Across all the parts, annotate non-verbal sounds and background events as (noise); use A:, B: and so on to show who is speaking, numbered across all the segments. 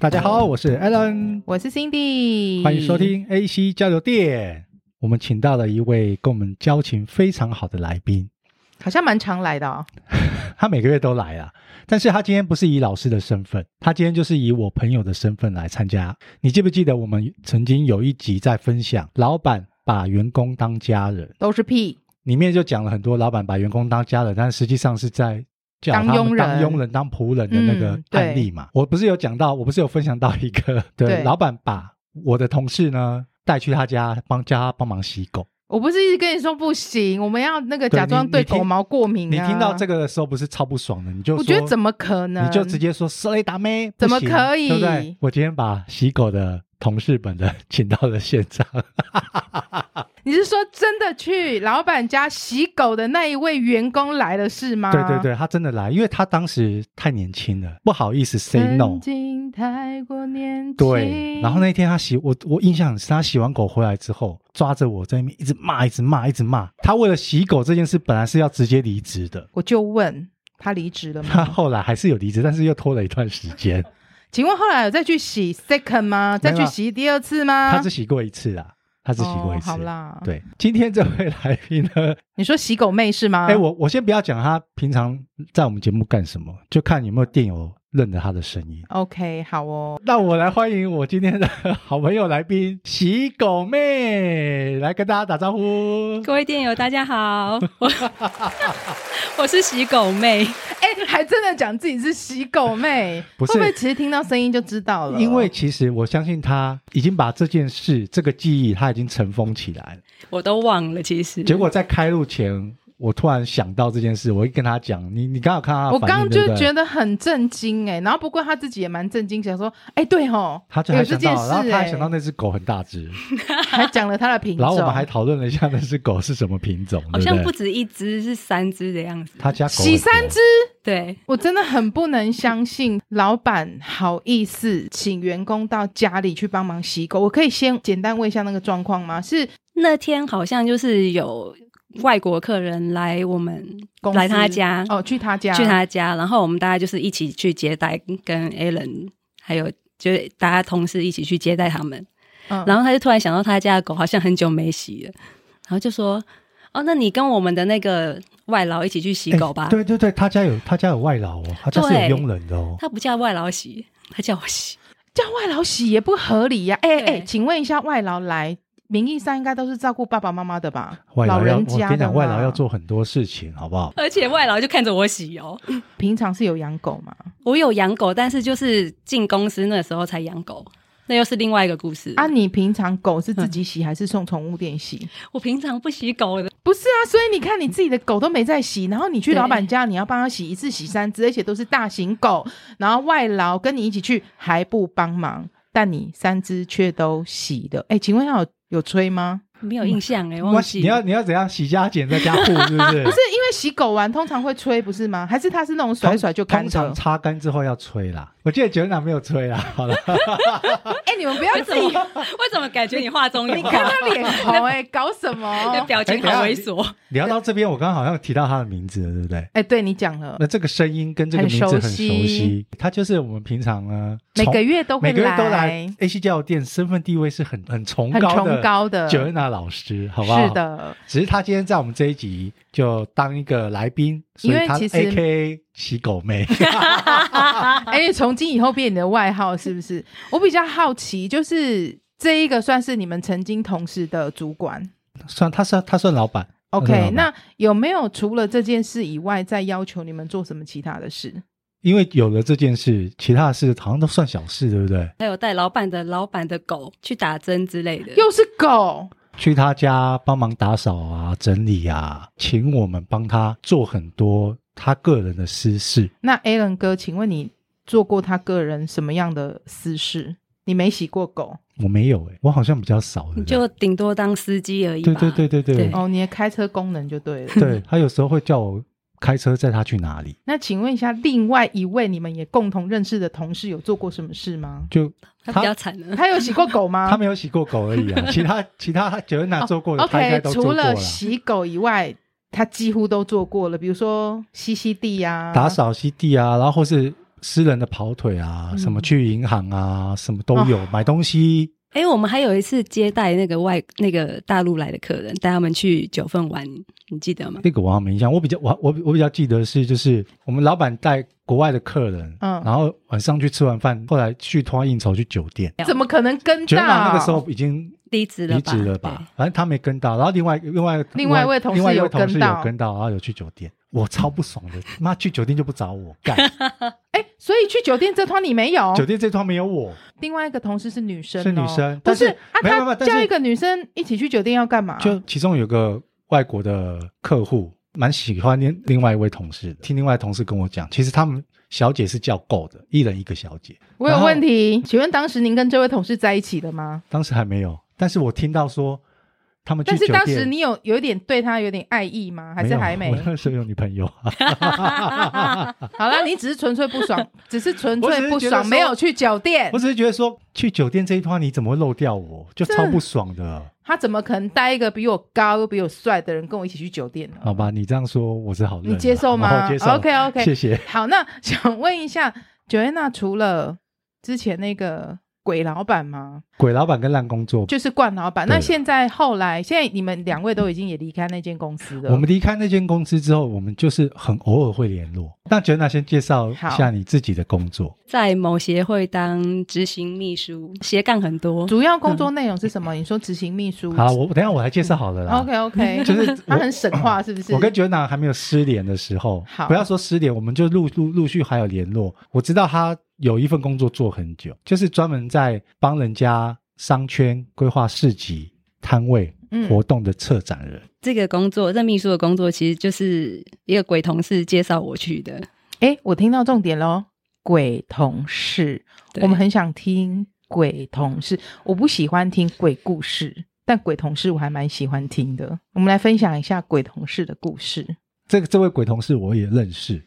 A: 大家好，我是 Alan，
B: 我是 Cindy，
A: 欢迎收。听 AC 交流电。我们请到了一位跟我们交情非常好的来宾，
B: 好像蛮常来的哦。
A: 他每个月都来啊，但是他今天不是以老师的身份，他今天就是以我朋友的身份来参加。你记不记得我们曾经有一集在分享老板把员工当家人，
B: 都是屁，
A: 里面就讲了很多老板把员工当家人，但实际上是在。叫
B: 当
A: 他们
B: 佣
A: 当
B: 人
A: 佣人、当仆人的那个
B: 嗯对
A: 案例嘛，我不是有讲到，我不是有分享到一个，对，
B: 对
A: 老板把我的同事呢带去他家帮叫他帮忙洗狗。
B: 我不是一直跟你说不行，我们要那个
A: 对
B: 假装
A: 你
B: 对
A: 你听
B: 狗毛过敏、啊
A: 你听到这，个的时候不是超不爽的，你就
B: 我觉得
A: 说
B: 怎么可能？
A: 你就直接说“斯雷达妹”，
B: 怎么
A: 不行
B: 可以
A: 对不对？我今天把洗狗的同事本人 (laughs) 请到了现场，
B: 啊你是说真的去老板家洗狗的那一位员工来了是吗？
A: 对对。对，他真的来，因为他当时太年轻了，不好意思 say
B: 曾
A: no。
B: 经太过年轻。
A: 对，然后？那天他洗我，我印象很深，他洗完狗回来之后，抓着我在那边一直骂，一直骂，一直骂。他为了洗狗这件事，本来是要直接离职的，
B: 我就问他离职了
A: 他 (laughs)
B: 吗？
A: 后来还是有离职，但是又拖了一段时间。
B: 请问后来有再去洗 second 吗？再
A: 没
B: 去
A: 有
B: 洗第二次吗？
A: 他只洗过一次啦，他只洗过一
B: 啊哦
A: 次。
B: 好啦，
A: 对，今天这位来宾呢，
B: 你说洗狗妹是吗？
A: 哎、我我先不要讲他平常在我们节目干什么，就看有没有电友认得他的声音。
B: OK 好哦，
A: 那我来欢迎我今天的 (laughs) 好朋友来宾洗狗妹，来跟大家打招呼。
C: 各位电友，大家好， (laughs) 我我是洗狗妹，
B: (laughs) 哎、还真的讲自己是洗狗妹，
A: 不是
B: 会不会其实听到声音就知道了？
A: 因为其实我相信他已经把这件事、这个记忆，他已经尘封起来了。
C: 我都忘了，其
B: 嗯
C: 实
A: 结果在开录前，我突然想到这件事，我一跟他讲，你你刚好看到他
B: 我
A: 的反应，
B: 刚就
A: 对不对
B: 觉得很震惊哎、然后不过他自己也蛮震惊，想说，哎、对吼，
A: 他就
B: 有
A: 还
B: 这
A: 想
B: 件
A: 到，
B: 事
A: 然后他
B: 哎、
A: 还想到那只狗很大只，
B: (laughs) 还讲了他的品种，
A: 然后我们还讨论了一下那只狗是什么品种，
C: 好像
A: 对
C: 不
A: 不对？
C: 止一只，是三只的样子。
A: 他家狗很
B: 洗三
A: 多
B: 只，
C: 对，
B: 我真的很不能相信老板好意思请员工到家里去帮忙洗狗。我可以先简单问一下那个状况吗？是
C: 那天好像就是有外国客人来我们
B: 公司
C: 来他家，
B: 哦，去他家，
C: 去他家，然后我们大家就是一起去接待，跟 Alan 还有就是大家同事一起去接待他们。
B: 嗯，
C: 然后他就突然想到他家的狗好像很久没洗了，然后就说：“哦，那你跟我们的那个外劳一起去洗
A: 哎
C: 狗吧。
A: 对对对，他家有他家有外劳哦，他家是有佣人的哦。
C: 他不叫外劳洗，他叫我洗。
B: 叫外劳洗也不合理呀、哎哎、
C: 对
B: 哎请问一下，外劳来名义上应该都是照顾爸爸妈妈的吧？
A: 外
B: 老
A: 劳要，
B: 人
A: 我
B: 家
A: 跟你
B: 的
A: 讲，
B: 嘛
A: 外劳要，做很多事情，好不好？
C: 而且外劳就看着我洗哦。
B: 平常是有养狗嘛？
C: 我有养狗，但是就是进公司那时候才养狗，那又是另外一个故事
B: 啊，你平常狗是自己洗还是送宠物店洗？
C: 我平常不洗狗的，
B: (laughs) 不是啊，所以你看你自己的狗都没在洗，然后你去
C: 对
B: 老板家，你要帮他洗一次洗三只，而且都是大型狗，然后外劳跟你一起去还不帮忙，但你三只却都洗了。哎、请问要有有吹吗？
C: 没有印象哎、
A: 哇
C: 忘记
A: 你要你要怎样？洗家剪在家户是不是？
B: (laughs) 不是因为洗狗完通常会吹不是吗？还是它是那种甩一甩就干
A: 通
B: 的？
A: 常擦干之后要吹啦。我记得九娜没有吹啦。 (laughs) 好了，
B: 哎、你们不要
C: 为
B: 自
C: 什
B: 己
C: 么为什么感觉你话中有
B: 你
C: 话
B: 看他 (laughs) 脸红哎、搞什么？
C: 你的
B: 哎、
C: 表情好猥琐？
A: 聊到这边，我刚刚好像提到他的名字了，对不对？
B: 哎对你讲
A: (laughs)
B: 了，
A: 那这个声音跟这个名字很
B: 很
A: 熟
B: 熟悉
A: 悉，他就是我们平常呢，
B: 每
A: 崇
B: 个月都
A: 每
B: 会
A: 个月都
B: 来，
A: 来 A C 教育店，身份地位是很很崇
B: 很
A: 高
B: 崇
A: 的
B: 高的，
A: 九娜老师，好不好？
B: 是。的，
A: 只是他今天在我们这一集就当一个来宾，所
B: 因
A: 以
B: 为
A: 他
B: 其实
A: A K A 洗狗妹。 (laughs)
B: 哎、从今以后变你的外号是
A: (laughs)
B: 不是？我比较好奇，就是这一个算是你们曾经同事的主管。
A: 算他算他算老板。老
B: OK，
A: 板
B: 那有没有除了这件事以外，再要求你们做什么其他的事？
A: 因为有了这件事，其他的事好像都算小事，对不对？
C: 还有带老板的老板的狗去打针之类的，
B: 又是狗，
A: 去他家帮忙打扫啊、整理啊，请我们帮他做很多他个人的私事。
B: 那 Alan 哥，请问你做过他个人什么样的私事？你没洗过狗
A: 我没有诶、欸我好像比较少，对不
C: 你
A: 对
C: 就顶多当司机而已吧。
A: 对对对对对
C: 对
B: 哦，你的开车功能就对了。
A: 对，他有时候会叫我开车载他去哪里，
B: 那请问一下，另外一位你们也共同认识的同事有做过什么
A: (laughs)
B: 事吗？
A: 就
C: 他
A: 他
C: 比较惨了。
B: 他有洗过狗吗？
A: 他没有洗过狗而已啊，其他其他九恩娜做过的，他应该
B: OK，
A: 都做
B: 除
A: 过
B: 了
A: 了。
B: 洗狗以外，他几乎都做过了，比如说吸吸地呀、啊
A: 打扫吸地啊，然后或是私人的跑腿啊，
C: 嗯
A: 什么去银行啊，什么都
B: 哦
A: 有，买东西
C: 哎、我们还有一次接待那个外那个大陆来的客人，带他们去九份玩，你记得吗？
A: 那个我好像没印象。我比较我我我比较记得是就是我们老板带国外的客人，
B: 嗯
A: 然后晚上去吃完饭，后来去拖应酬去酒店。
B: 怎么可能跟
A: 卷
B: 到？
A: 马那个时候已经
C: 离职了
A: 离
C: 吧？
A: 职了吧？反正他没跟到，然后另外另外
B: 另外一位同事
A: 另外一
B: 有
A: 位同事
B: 跟到
A: 有跟到，然后有去酒店，我超不爽的，妈去酒店就不找我，干
B: 哎、所以去酒店这趟你没有。
A: 酒店这趟没有我，
B: 另外一个同事是女生、哦，
A: 是女生，
B: 不
A: 但
B: 是
A: 是
B: 啊？
A: 没有没
B: 他
A: 有，但
B: 叫一
A: 是
B: 个女生一起去酒店要干嘛？
A: 就其中有个外国的客户蛮喜欢另另外一位同事的，听另外同事跟我讲，其实他们小姐是叫够的，一人一个小姐，
B: 我有问题，请问当时您跟这位同事在一起的吗？
A: 当时还没有，但是我听到说他们去
B: 但
A: 酒
B: 是
A: 店，
B: 当时你有有一点对他有点爱意吗？还是还没
A: 有？ (laughs) 我那时候有女朋
B: (laughs)
A: 友啊， (laughs)
B: 好了，你只是纯粹不爽，只是纯
A: 我只
B: 粹
A: 是
B: 不
A: 觉得
B: 爽，
A: 说
B: 没有去酒店
A: 我。只是觉得说去酒店这一趟你怎么会漏掉我，就超不爽的。
B: 他怎么可能带一个比我高又比我帅的人跟我一起去酒店呢？
A: 好吧，你这样说我是好人啊，
B: 嗯你接受
A: 好
B: 吗
A: 我接受。
B: ？OK OK，
A: 谢谢。
B: 好，那想问一下，九安娜除了之前那个鬼老板吗？
A: 鬼老板跟烂工作，
B: 就是冠老板，
A: 对
B: 那现在后来，现在你们两位都已经也离开那间公司了。
A: 我们离开那间公司之后，我们就是很偶尔会联络。那觉娜先介绍一下
B: 好
A: 你自己的工作。
C: 在某协会当执行秘书，斜杠很多。
B: 主要工作内容是什么？你说执行秘书。
A: 好我我等一下我来介绍好了啦。
B: OK OK，
A: 就是
B: (laughs)
A: 我
B: 他很神话，是不是？
A: 我跟觉娜还没有失联的时候
B: 好，
A: 不要说失联，我们就陆陆陆续还有联络。我知道他有一份工作做很久，就是专门在帮人家商圈规划市集摊位
B: 嗯
A: 活动的策展人。
C: 这个工作，这秘书的工作，其实就是一个鬼同事介绍我去的。
B: 哎、我听到重点喽，鬼同事，
C: 对
B: 我们很想听鬼同事。我不喜欢听鬼故事，但鬼同事我还蛮喜欢听的。我们来分享一下鬼同事的故事。
A: 这个这位鬼同事我也认识，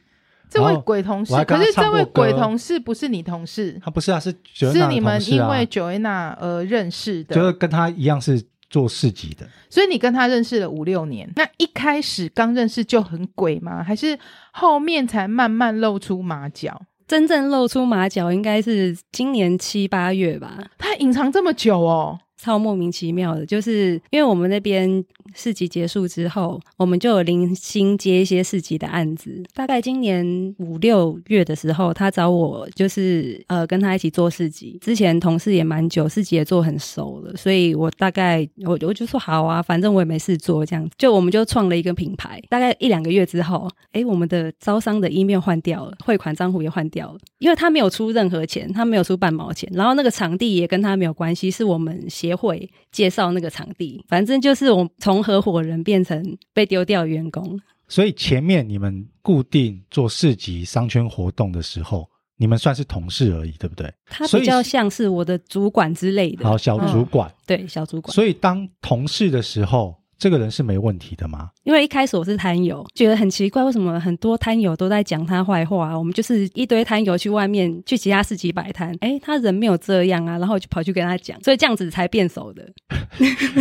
B: 这位
A: 哦
B: 鬼同事，
A: 我还跟
B: 可
A: 他
B: 是这位
A: 唱过歌
B: 鬼同事不是你同事，
A: 他不是啊，是觉得
B: 嗯是你们因为 Joanna 而认识
A: 啊
B: 的，
A: 就是跟他一样是做市集的，
B: 所以你跟他认识了五六年。那一开始刚认识就很鬼吗？还是后面才慢慢露出马脚？
C: 真正露出马脚，应该是今年七八月吧，
B: 他隐藏这么久哦，
C: 超莫名其妙的。就是因为我们那边市集结束之后，我们就有零星接一些市集的案子。大概今年五六月的时候，他找我就是呃跟他一起做市集。之前同事也蛮久，市集也做很熟了，所以我大概我我就说好啊，反正我也没事做，这样就我们就创了一个品牌。大概一两个月之后，诶，我们的招商的 email 换掉了，汇款账户也换掉了，因为他没有出任何钱，他没有出半毛钱，然后那个场地也跟他没有关系，是我们协会介绍那个场地，反正就是我从合伙人变成被丢掉的员工。
A: 所以前面你们固定做市集商圈活动的时候，你们算是同事而已，对不对？
C: 他
A: 所以
C: 比较像是我的主管之类
A: 好，
C: 的，
A: 小
B: 嗯
A: 主管。
C: 对小主管。
A: 所以当同事的时候，这个人是没问题的吗？
C: 因为一开始我是摊友，觉得很奇怪，为什么很多摊友都在讲他坏话？啊我们就是一堆摊友去外面去其他市集摆摊，诶，他人没有这样啊，然后我就跑去跟他讲，所以这样子才变熟的。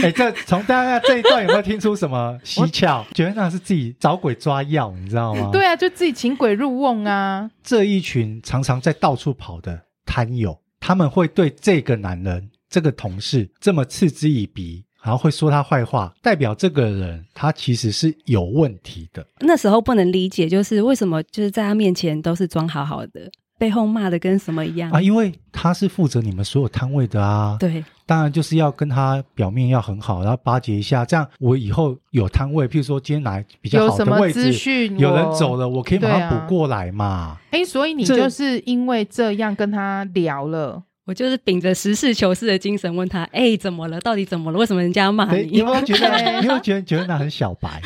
A: 哎，这从大家这一段有没有听出什么蹊跷？觉得那是自己找鬼抓药，你知道吗？
B: 对，啊，就自己请鬼入瓮啊。
A: 这一群常常在到处跑的摊友，他们会对这个男人、这个同事这么嗤之以鼻，然后会说他坏话，代表这个人他其实是有问题的。
C: 那时候不能理解，就是为什么就是在他面前都是装好好的，背后骂的跟什么一样。
A: 啊，因为他是负责你们所有摊位的啊，
C: 对，
A: 当然就是要跟他表面要很好，然后巴结一下，这样我以后有摊位，譬如说今天来比较
B: 有
A: 好
B: 什
A: 的
B: 么
A: 位置，
B: 资讯？
A: 有人走。了，我可以马
B: 对啊
A: 上补过来嘛。
B: (laughs) 哎，所以你
A: 这
B: 就是因为这样跟他聊
A: (laughs)
B: 了，
C: 我就是秉着实事求是的精神问他，哎，怎么了？到底怎么了？为什么人家要骂
A: 对，你
C: 你
A: 有？没有觉得？
B: 对
A: 你有没有觉
B: (laughs)
A: 得觉得那很小白，。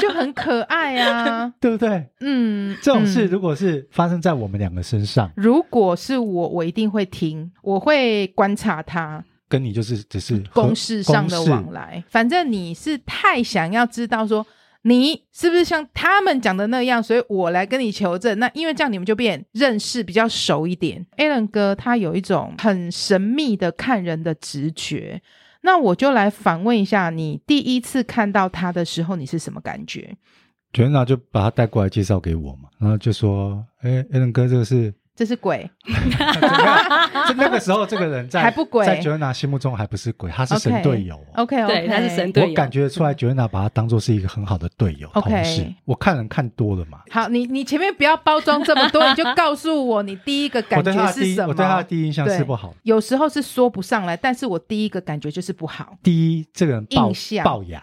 B: 就很可爱啊
A: (laughs) 对不对？
B: 嗯，
A: 这种事
B: 嗯
A: 如果是发生在我们两个身上，
B: 如果是我，我一定会听，我会观察他
A: 跟你就是只是合
B: 嗯公事上的往来。反正你是太想要知道说你是不是像他们讲的那样，所以我来跟你求证。那因为这样你们就变认识比较熟一点。Alan 哥他有一种很神秘的看人的直觉。那我就来反问一下，你第一次看到他的时候，你是什么感觉？
A: 全长就把他带过来介绍给我嘛，然后就说：“哎，艾伦哥，这个是 (laughs)
B: 这是鬼，
A: 就那个时候，这个人在
B: 还不鬼
A: 在 Joanna 心目中还不是鬼，他是神
B: OK
A: 队友哦、
B: OK，
C: 对他是神队友
A: 我感觉出来，Joanna 把他当做是一个很好的队友、
B: OK
A: 同事。我看人看多了嘛，
B: 好，你你前面不要包装这么多，你就告诉我你第一个
A: 我
B: 感
A: 对他
B: 觉
A: 的第
B: 是
A: 一，
B: 什
A: 我对他的
B: 么？
A: 第一印象
B: 对
A: 是不好的。
B: 有时候是说不上来，但是我第一个感觉就是不好。 (laughs)
A: 第一，这个人龅
B: 印象
A: 龅牙，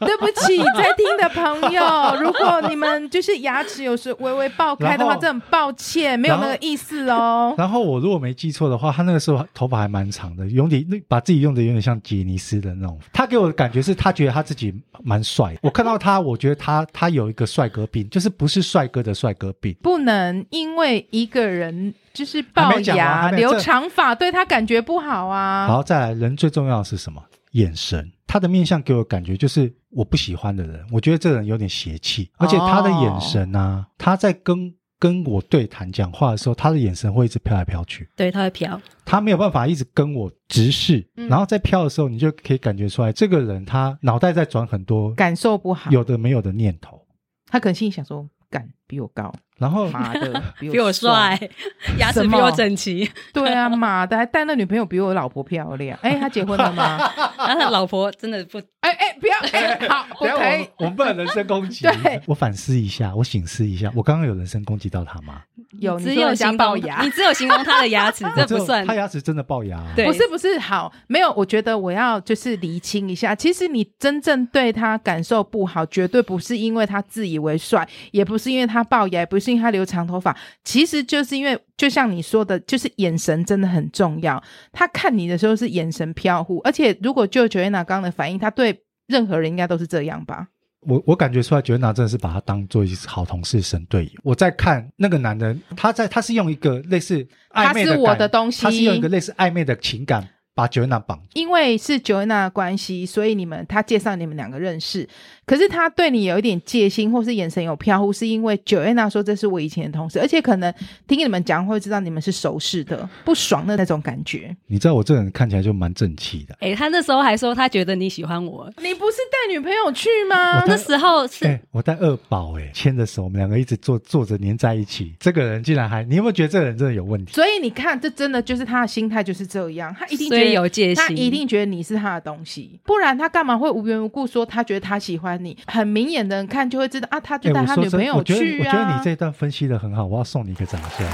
B: 对不起，在听的朋
A: (laughs)
B: 友，如果你们就是牙齿有时微微爆开的话，
A: 然后
B: 这很抱歉，没有那个意思哦。
A: 然后我如果没记错的话，他那个时候头发还蛮长的，有点那把自己用的有点像杰尼斯的那种。他给我的感觉是他觉得他自己蛮帅的。我看到他，我觉得他他有一个帅哥病，就是不是帅哥的帅哥病。
B: 不能因为一个人就是
A: 还
B: 龅
A: 没讲完
B: 牙、
A: 还没
B: 留
A: 这
B: 长发，对他感觉不好啊。
A: 然后再来，人最重要的是什么？眼神，他的面相给我感觉就是我不喜欢的人，我觉得这个人有点邪气，而且他的眼神啊，他在跟跟我对谈讲话的时候，他的眼神会一直飘来飘去，
C: 对，他会飘，
A: 他没有办法一直跟我直视，
B: 嗯
A: 然后在飘的时候，你就可以感觉出来，这个人他脑袋在转很多
B: 感受不好，
A: 有的没有的念头，
B: 他可能心里想说：“干比我高，
A: 然后
B: 妈
A: (laughs)
B: 的比
C: 比我
B: 帅
C: 帅，， (laughs) 牙齿
B: 什
C: 比
B: 么
C: 我整齐。
B: 对啊，妈的还带那女朋友比我老婆漂亮。”哎，他结婚了吗？
A: (laughs)
C: 然后他老婆真的不，
B: 哎哎，不要哎，好，不
A: 等一下
B: 可
A: 我
B: 以。
A: 们我们不能人身攻击
B: 对。
A: 我反思一下，我醒思一下，我刚刚有人身攻击到他吗？
B: 有
C: 只
B: 你说
C: 有
B: 人家
C: 形
B: 龅
C: 容
B: 牙，
C: 你只有形容他的牙
A: (laughs)
C: 齿，这
A: 我只
C: 不
A: 有
C: 算
A: 他。牙齿真的龅牙啊、
C: 对，
B: 不是不是好，没有，我觉得我要就是厘清一下，其实你真正对他感受不好，绝对不是因为他自以为帅，也不是因为他龅牙，也不是因为他留长头发，其实就是因为就像你说的，就是眼神真的很重要。他看你的时候是眼神飘忽，而且如果就 Joanna 刚刚的反应，他对任何人应该都是这样吧？
A: 我我感觉出来，觉得娜真的是把他当做一个好同事、神队友。我在看那个男人，他在他是用一个类似暧昧的
B: 他是我
A: 感
B: 的东西
A: 他是用一个类似暧昧的情感把觉娜绑住。
B: 因为是 Joanna 的关系，所以你们他介绍你们两个认识。可是他对你有一点戒心，或是眼神有飘忽，是因为 Joanna 说这是我以前的同事，而且可能听你们讲会知道你们是熟识的，不爽的那种感觉。
A: 你知道我这人看起来就蛮正气的，
C: 哎、他那时候还说他觉得你喜欢我，
B: 你不是带女朋友去吗
A: 我？
C: 啊那时候是、
A: 哎、我带二宝哎、牵着手，我们两个一直坐坐着黏在一起。这个人竟然还，你有没有觉得这个人真的有问题？
B: 所以你看，这真的就是他的心态就是这样，他一定
C: 所
B: 觉得
C: 以有戒心，
B: 他一定觉得你是他的东西，不然他干嘛会无缘无故说他觉得他喜欢你？很明眼的人看就会知道啊，他就带
A: 哎我
B: 他
A: 说
B: 女
A: 真
B: 朋
A: 的，我
B: 友
A: 觉得
B: 去
A: 我觉得
B: 啊
A: 你。这一段分析的很好，我要送你一个掌声。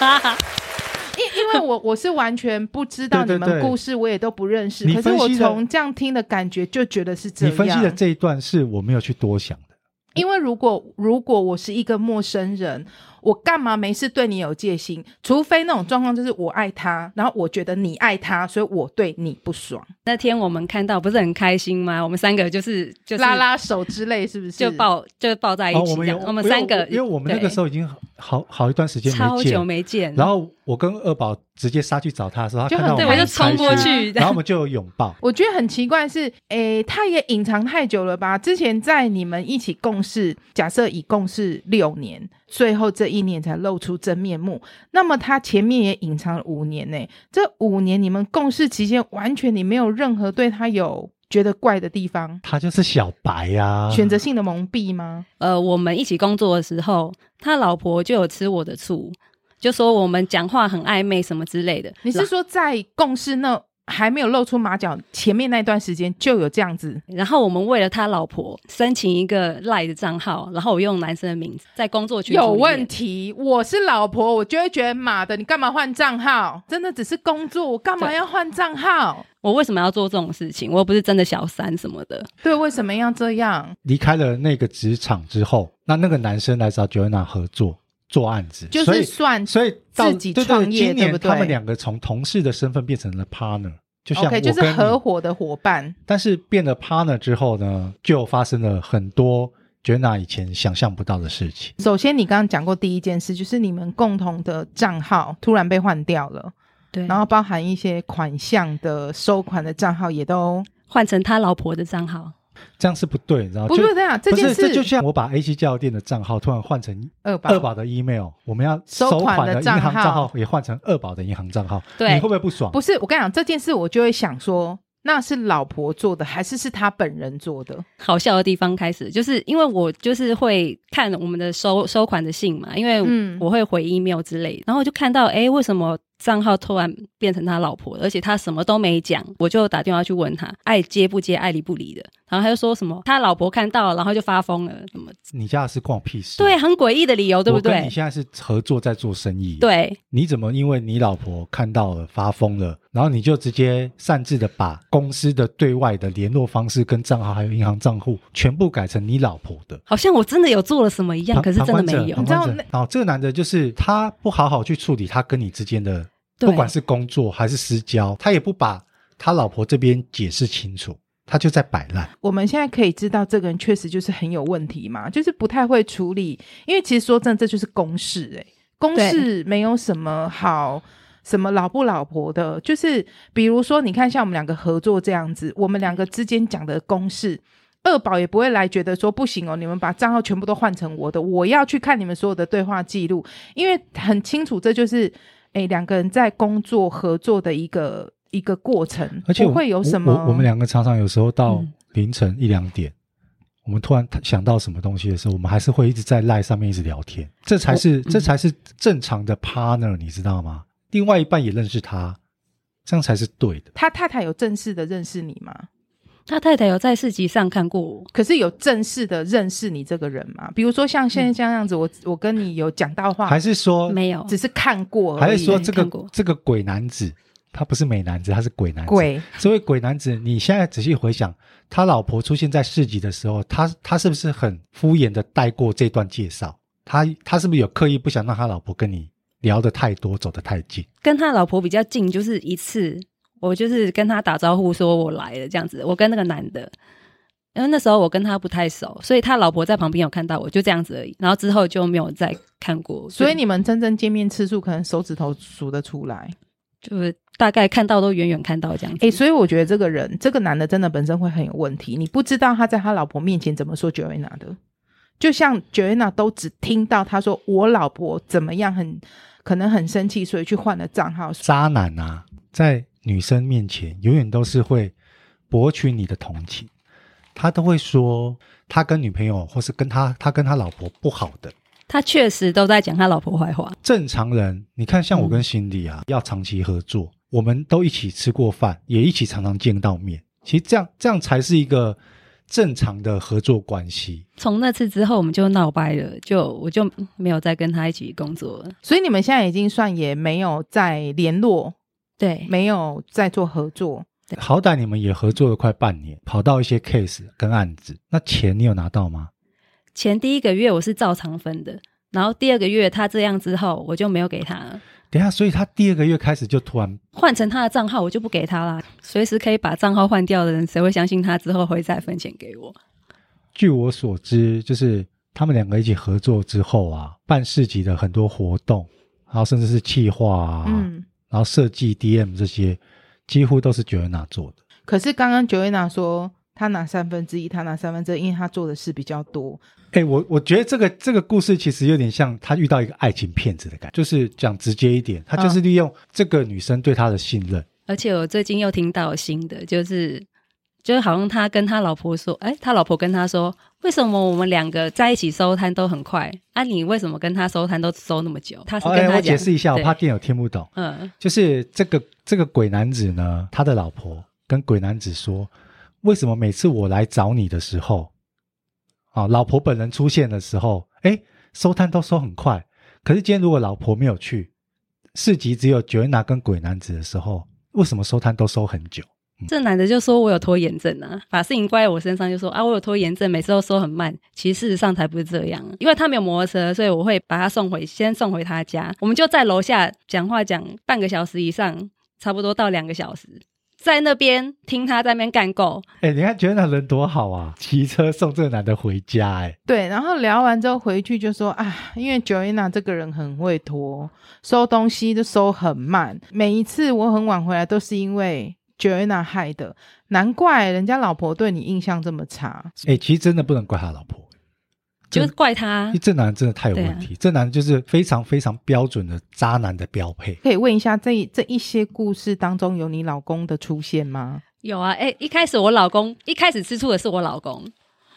B: (laughs) 因因为我我是完全不知道你
A: 对对对
B: 们故事，我也都不认识。
A: 你
B: 可是
A: 分
B: 我
A: 析的
B: 从这样听的感觉就觉得是这
A: 你分析的
B: 样。
A: 这一段是我没有去多想的，
B: 因为如果如果我是一个陌生人，我干嘛没事对你有戒心？除非那种状况就是我爱他，然后我觉得你爱他，所以我对你不爽，
C: 那天我们看到不是很开心吗？我们三个就是就是
B: 拉拉手之类，是不是？
C: 就抱就抱哎在一
A: 哦，
C: 起
A: 我
C: 这
A: 们有
C: 样，，们三个
A: 因为我因为我们那个时
C: 候
A: 候已经好好好一段时间没见，
C: 超久没见，
A: 然后我跟二宝直接杀去找他的时候，他
B: 就
A: 看到
B: 很
C: 对
A: 我
C: 我
A: 们
C: 就
A: 很开心
C: 冲过去，
A: 然后我们就有拥抱。
B: 我觉得很奇怪是，诶，他也隐藏太久了吧？之前在你们一起共事，假设已共事六年，最后这一年才露出真面目，那么他前面也隐藏了五年呢、这五年你们共事期间，完全你没有任何对他有觉得怪的地方，
A: 他就是小白啊呀、
B: 选择性的蒙蔽吗？
C: 呃，我们一起工作的时候，他老婆就有吃我的醋，就说我们讲话很暧昧什么之类的。
B: 你是说在共事那还没有露出马脚前面那段时间就有这样子？
C: 然后我们为了他老婆申请一个赖的账号，然后我用男生的名字在工作群组里
B: 有
C: 面
B: 问题，我是老婆，我就会觉得妈的，你干嘛换账号？真的只是工作，我干嘛
C: 对
B: 要换账号？
C: 我为什么要做这种事情？我又不是真的小三什么的。
B: 对，为什么要这样？
A: 离开了那个职场之后，那那个男生来找 Joanna 合作做案子，
B: 就
A: 所
B: 是
A: 以
B: 算
A: 所以到
B: 自己
A: 对对
B: 创业
A: 今年
B: 对不对
A: 他们两个从同事的身份变成了 partner，就像我
B: OK，
A: 跟
B: 就是
A: 你
B: 合伙的伙伴。
A: 但是变了 partner 之后呢，就发生了很多 Joanna 以前想象不到的事情。
B: 首先，你刚刚讲过第一件事，就是你们共同的账号突然被换掉了，
C: 对
B: 然
C: 然后
B: 后包含一些款项的收款的账号也都
C: 换成他老婆的账号，
A: 这样是不对，你知道吗？
B: 不
A: 哦就
B: 对啊。这
A: 不
B: 件
A: 是，这就
B: 事
A: 像我把 A 七教育店的账号突然换成
B: 二宝
A: 二宝的 email，我们要收款的银行账号也换成二宝的银行账号，
C: 对
A: 你会不会不爽？
B: 不是我跟你讲这件事，我就会想说，那是老婆做的，还是是他本人做的？
C: 好笑的地方开始，就是因为我就是会看我们的收收款的信嘛，因为
B: 嗯
C: 我会回 email 之类的，然后我就看到，哎，为什么账号突然变成他老婆的，而且他什么都没讲，我就打电话去问他，爱接不接，爱理不理的，然后他就说什么他老婆看到了，然后就发疯了，什么
A: 你家的事关我屁事。
C: 对，很诡异的理由，对不
A: 我跟
C: 对
A: 你？现在是合作在做生意，，
C: 对，
A: 你怎么因为你老婆看到了发疯了，然后你就直接擅自的把公司的对外的联络方式跟账号还有银行账户全部改成你老婆的？
C: 好像我真的有做了什么一样，
A: 旁
C: 可是真的
A: 旁
C: 没
A: 观者
C: 有
A: 旁
B: 你。知道
A: 观者哦，这个男的就是他不好好去处理他跟你之间的，
C: 对
A: 不管是工作还是私交，他也不把他老婆这边解释清楚，他就在摆烂。
B: 我们现在可以知道这个人确实就是很有问题嘛，就是不太会处理。因为其实说真的，这就是公事哎、公事没有什么好。什么老不老婆的，就是比如说，你看像我们两个合作这样子，我们两个之间讲的公事，二宝也不会来觉得说不行哦，你们把账号全部都换成我的，我要去看你们所有的对话记录，因为很清楚，这就是哎两个人在工作合作的一个一个过程，
A: 而且
B: 不
A: 我
B: 会有
A: 我
B: 什么
A: 我我们两个常常有时候到
C: 嗯
A: 凌晨一两点，我们突然想到什么东西的时候，我们还是会一直在赖上面一直聊天，这
C: 哦
A: 才是、
C: 嗯
A: 这才是正常的 partner，你知道吗？另外一半也认识他，这样才是对的。
B: 他太太有正式的认识你吗？
C: 他太太有在市集上看过我，
B: 可是有正式的认识你这个人吗？比如说像现在这样子，我我跟你有讲到话，
A: 嗯还是说，
C: 没有，
B: 只是看过而已，
A: 还是说这
C: 看
A: 个
C: 过
A: 这个鬼男子，他不是美男子，他是鬼男子。
B: 鬼
A: 这位鬼男子，你现在仔细回想，他老婆出现在市集的时候，他他是不是很敷衍的带过这段介绍？他他是不是有刻意不想让他老婆跟你聊得太多，走得太近？
C: 跟他老婆比较近，就是一次，我就是跟他打招呼说我来了这样子，我跟那个男的，因为那时候我跟他不太熟，所以他老婆在旁边有看到我，就这样子而已，然后之后就没有再看过，
B: 所以你们真正见面次数可能手指头数得出来。
C: 就是大概看到都远远看到这样
A: 嗯
C: 子。
B: 诶，所以我觉得这个人，这个男的真的本身会很有问题。你不知道他在他老婆面前怎么说 Joanna 的，就像 Joanna 都只听到他说我老婆怎么样很，可能很生气，所以去换了账号。
A: 渣男啊，在女生面前永远都是会博取你的同情，他都会说他跟女朋友或是跟他他跟他老婆不好的。
C: 他确实都在讲他老婆坏话，
A: 正常人，你看像我跟辛迪啊，要长期合作，我们都一起吃过饭，也一起常常见到面。其实这样这样才是一个正常的合作关系。
C: 从那次之后我们就闹掰了，就我就没有再跟他一起工作了。
B: 所以你们现在已经算也没有再联络，
C: 对，
B: 没有再做合作。
A: 好歹你们也合作了快半年，跑到一些 case 跟案子，那钱你有拿到吗？
C: 前第一个月我是照常分的，然后第二个月他这样之后，我就没有给他了。
A: 等一下，所以他第二个月开始就突然
C: 换成他的账号，我就不给他啦。随时可以把账号换掉的人，谁会相信他之后会再分钱给我？
A: 据我所知，就是他们两个一起合作之后啊，办市集的很多活动，然后甚至是企划啊，
B: 嗯，
A: 然后设计 DM 这些，几乎都是 Joanna 做的。
B: 可是刚刚 Joanna 说她拿三分之一，她拿三分之二，因为她做的事比较多。
A: 哎、我我觉得这个这个故事其实有点像他遇到一个爱情骗子的感觉，就是讲直接一点，他
C: 嗯
A: 就是利用这个女生对他的信任，
C: 而且我最近又听到新的，就是就是好像他跟他老婆说，哎、他老婆跟他说，为什么我们两个在一起收摊都很快？啊，你为什么跟他收摊都收那么久？他是
A: 哦
C: 跟
A: 哎
C: 他
A: 我
C: 讲，
A: 解释一下，我
C: 对
A: 怕电友听不懂。
C: 嗯，
A: 就是这个这个鬼男子呢，他的老婆跟鬼男子说，为什么每次我来找你的时候，啊，老婆本人出现的时候，哎，收摊都收很快，可是今天如果老婆没有去，市集只有 Joanna 跟鬼男子的时候，为什么收摊都收很久？
C: 这男的就说我有拖延症啊，把事情怪在我身上，就说啊我有拖延症，每次都收很慢。其实事实上才不是这样，啊因为他没有摩托车，所以我会把他送回，先送回他家。我们就在楼下讲话讲半个小时以上，差不多到两个小时，在那边听他在那边干够。
A: 哎，你看 Joanna 人多好啊，骑车送这个男的回家，哎，
B: 对，然后聊完之后回去就说啊，因为 Joanna 这个人很会拖，收东西就收很慢，每一次我很晚回来都是因为 Joanna 害的，难怪人家老婆对你印象这么差。
A: 哎，其实真的不能怪他老婆。
C: 就
A: 这
C: 是怪他
A: 因为，这男人真的太有
C: 对啊
A: 问题，这男人就是非常非常标准的渣男的标配。
B: 可以问一下，这一这一些故事当中有你老公的出现吗？
C: 有啊，哎、一开始我老公一开始吃醋的是我老公，
B: 哦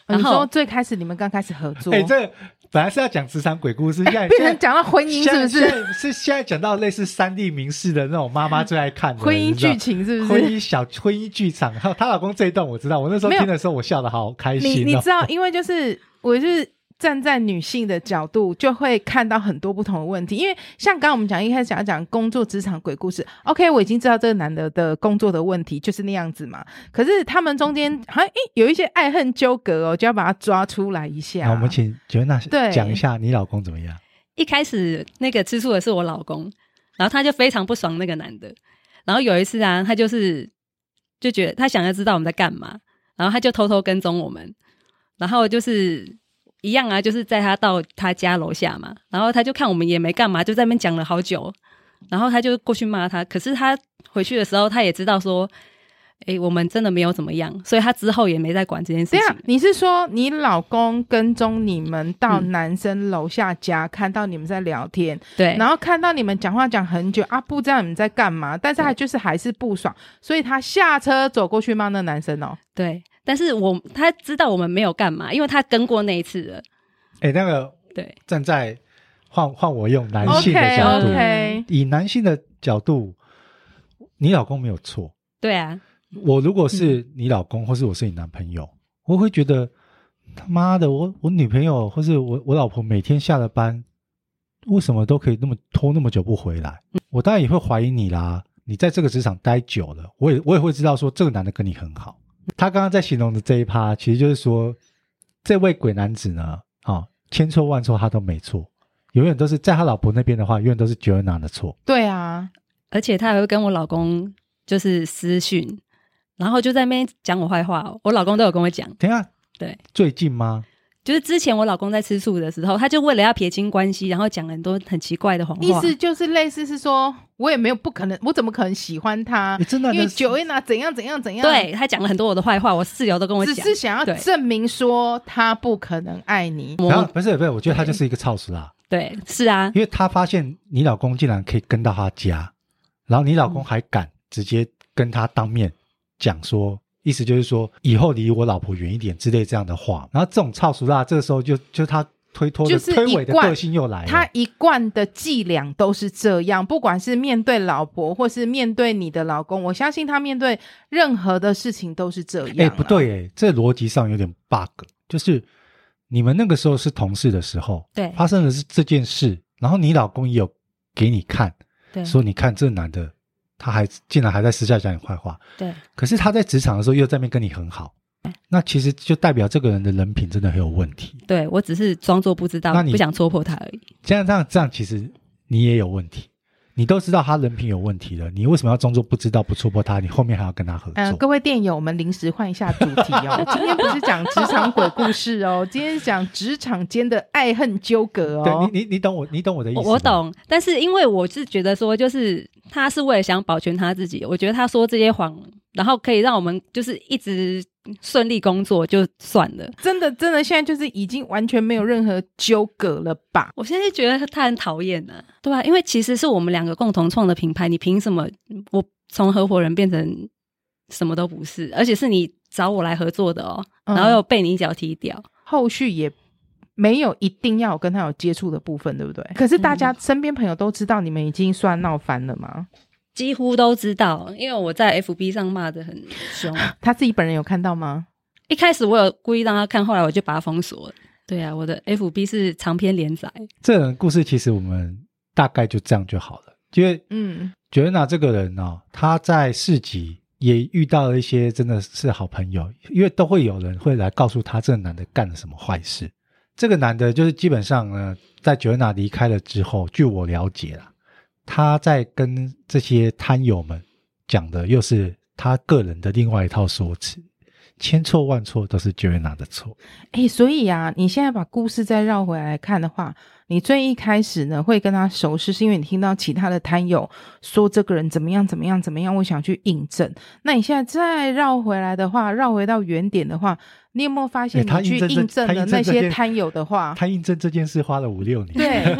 B: 你
C: 然后
B: 说最开始你们刚开始合作，
A: 哎、这本来是要讲职场鬼故事，现在
B: (laughs) 变成哎讲到婚姻
A: 现
B: 是
A: 在
B: 不
A: 现
B: 是？
A: 在是现在讲到类似三 D 名士的那种妈妈最爱看的
B: (laughs) 婚姻
A: 你知道
B: 剧情是不
A: 婚
B: 是？
A: 姻小婚姻剧场，还有她老公这一段我知道，我那时候
B: 没有
A: 听的时候我笑的好开
B: 你
A: 心
B: 你
A: 哦
B: 知。道，因为就是我就是站在女性的角度，就会看到很多不同的问题。因为像刚刚我们讲一开始讲讲工作职场鬼故事，OK，我已经知道这个男的的工作的问题就是那样子嘛。可是他们中间好像诶有一些爱恨纠葛哦，就要把它抓出来一下。
A: 那我们请杰娜
B: 啊对
A: 讲一下你老公怎么样？
C: 一开始那个吃醋的是我老公，然后他就非常不爽那个男的。然后有一次啊，他就是就觉得他想要知道我们在干嘛，然后他就偷偷跟踪我们，然后就是一样啊，就是在他到他家楼下嘛，然后他就看我们也没干嘛，就在那边讲了好久，然后他就过去骂他。可是他回去的时候，他也知道说，诶，我们真的没有怎么样，所以他之后也没再管这件事
B: 这
C: 情
B: 样，你是说你老公跟踪你们到
C: 嗯
B: 男生楼下家，看到你们在聊天，
A: 哎
C: 对，
B: 然后看到你们讲话讲很久啊，不知道你们在干嘛，但是他就是还是不爽，所以他下车走过去骂那男生哦。
C: 对，但是我他知道我们没有干嘛，因为他跟过那一次了。
A: 哎、那个
C: 对，
A: 站在换换我用男性的
B: OK
A: 角度
B: OK，
A: 以男性的角度，你老公没有错。
C: 对啊，
A: 我如果是你老公，或是我是你男朋友，我会觉得他妈的，我我女朋友或是我我老婆每天下了班，为什么都可以那么拖那么久不回来？我当然也会怀疑你啦。你在这个职场待久了，我也我也会知道说这个男的跟你很好。他刚刚在形容的这一趴，其实就是说，这位鬼男子呢，哦，千错万错他都没错，永远都是在他老婆那边的话，永远都是 Joanna 的错。
B: 对啊，
C: 而且他还会跟我老公就是私讯，然后就在那边讲我坏话哦、我老公都有跟我讲，
A: 等一下，
C: 对，
A: 最近吗？
C: 就是之前我老公在吃醋的时候，他就为了要撇清关系，然后讲很多很奇怪的谎
B: 意
C: 话。
B: 思就是类似是说，我也没有不可能，我怎么可能喜欢他
A: 诶？真的
B: 因为
A: 那是
B: 九月娜怎样怎样怎样，，
C: 对他讲了很多我的坏话，我室友都跟我
B: 只
C: 讲。
B: 是想要
C: 对
B: 证明说他不可能爱你。
A: 然后不是不是，我觉得他就是一个操死啦，
C: 对，是啊，
A: 因为他发现你老公竟然可以跟到他家，然后你老公还敢直接跟他当面讲说，意思就是说以后离我老婆远一点之类这样的话。然后这种操俗辣，这个时候就就他推脱的
B: 就是一
A: 推诿的
B: 贯
A: 个性又来
B: 他
A: 了。
B: 一贯的伎俩都是这样，不管是面对老婆，或是面对你的老公，我相信他面对任何的事情都是这样、
A: 哎，
B: 啊
A: 不，对哎，这逻辑上有点 bug，就是你们那个时候是同事的时候，
C: 对
A: 发生的是这件事，然后你老公也有给你看，
C: 对
A: 说你看这男的，他还竟然还在私下讲你坏话，
C: 对
A: 可是他在职场的时候又在那边跟你很好，那其实就代表这个人的人品真的很有问题。
C: 对，我只是装作不知道
A: 那，你
C: 不想戳破他而已。
A: 这样这样这样，其实你也有问题。你都知道他人品有问题了，你为什么要装作不知道不戳破他？你后面还要跟他合作？
B: 嗯、各位电友，我们临时换一下主题
A: (laughs)
B: 哦，今天不是讲职场鬼故事哦，今天是讲职场间的爱恨纠葛
A: 对
B: 哦。
A: 你你你懂我你懂我的意思
C: 我我
A: 吗。
C: 懂，但是因为我是觉得说，就是他是为了想保全他自己，我觉得他说这些谎，然后可以让我们就是一直顺利工作就算了。
B: 真的，真的，现在就是已经完全没有任何纠葛了吧？
C: 我现在就觉得他很讨厌呢、对啊，因为其实是我们两个共同创的品牌，你凭什么我从合伙人变成什么都不是，而且是你找我来合作的哦，
B: 嗯
C: 然后又被你一脚踢掉。
B: 后续也没有一定要有跟他有接触的部分，对不对？可是大
A: 嗯
B: 家身边朋友都知道你们已经算闹翻了吗？
C: 几乎都知道，因为我在 FB 上骂的很 (laughs) 凶。
B: 他自己本人有看到吗？
C: 一开始我有故意让他看，后来我就把他封锁了。对啊，我的 FB 是长篇连载，
A: 这人故事其实我们大概就这样就好了，因为
B: 嗯，
A: 觉得娜这个人呢、哦，他在市集也遇到了一些真的是好朋友，因为都会有人会来告诉他这个男的干了什么坏事。这个男的就是基本上呢，在觉得娜离开了之后，据我了解啦，他在跟这些摊友们讲的又是他个人的另外一套说辞，千错万错都是觉得娜的错。
B: 哎，所以啊，你现在把故事再绕回来看的话，你最一开始呢会跟他熟识，是因为你听到其他的摊友说这个人怎么样怎么样怎么样，我想去印证。那你现在再绕回来的话，绕回到原点的话，你有没有发现
A: 哎他
B: 你去
A: 印证这
B: 印证
A: 他
B: 了
A: 印证
B: 那
A: 这件
B: 些摊友的话？
A: 他印证这件事花了五六年。
B: 对，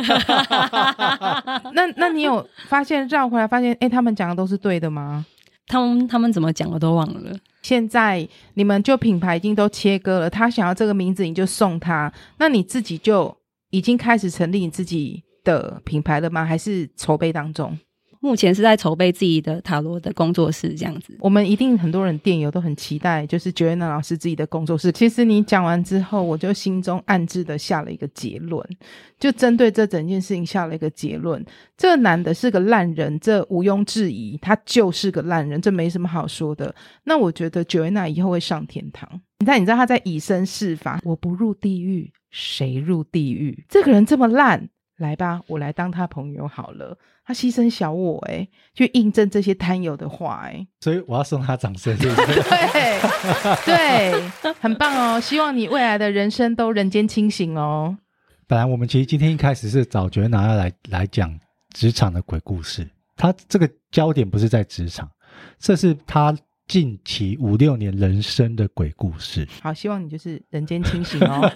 B: (laughs) 那那你有发现绕回来发现，哎、他们讲的都是对的吗？
C: 他们他们怎么讲我都忘了。
B: 现在你们就品牌已经都切割了，他想要这个名字你就送他，那你自己就已经开始成立你自己的品牌了吗？还是筹备当中？
C: 目前是在筹备自己的塔罗的工作室这样子。
B: 我们一定很多人电邮都很期待，就是 Joanna 老师自己的工作室。其实你讲完之后，我就心中暗自的下了一个结论，就针对这整件事情下了一个结论：这个男的是个烂人，这毋庸置疑，他就是个烂人，这没什么好说的。那我觉得 Joanna 以后会上天堂。你看，你知道他在以身试法，我不入地狱，谁入地狱？这个人这么烂，来吧，我来当他朋友好了。他牺牲小我、欸，哎，去印证这些贪友的话、欸，
A: (laughs) 所以我要送他掌声，是不是？
B: (laughs) 哎，对对，很棒哦！希望你未来的人生都人间清醒哦。
A: 本来我们其实今天一开始是找觉拿来来讲职场的鬼故事，他这个焦点不是在职场，这是他近期五六年人生的鬼故
B: (laughs)
A: 事。
B: 好，希望你就是人间清醒哦。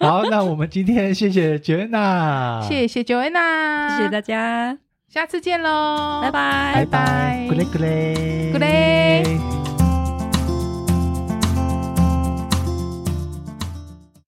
A: 好，那我们今天谢谢觉娜，
B: 谢谢 Joanna，
C: 谢谢大家，
B: 下次见喽，
C: 拜拜
A: 拜拜，
B: 拜拜
A: 咕嘞咕嘞，
B: 咕嘞。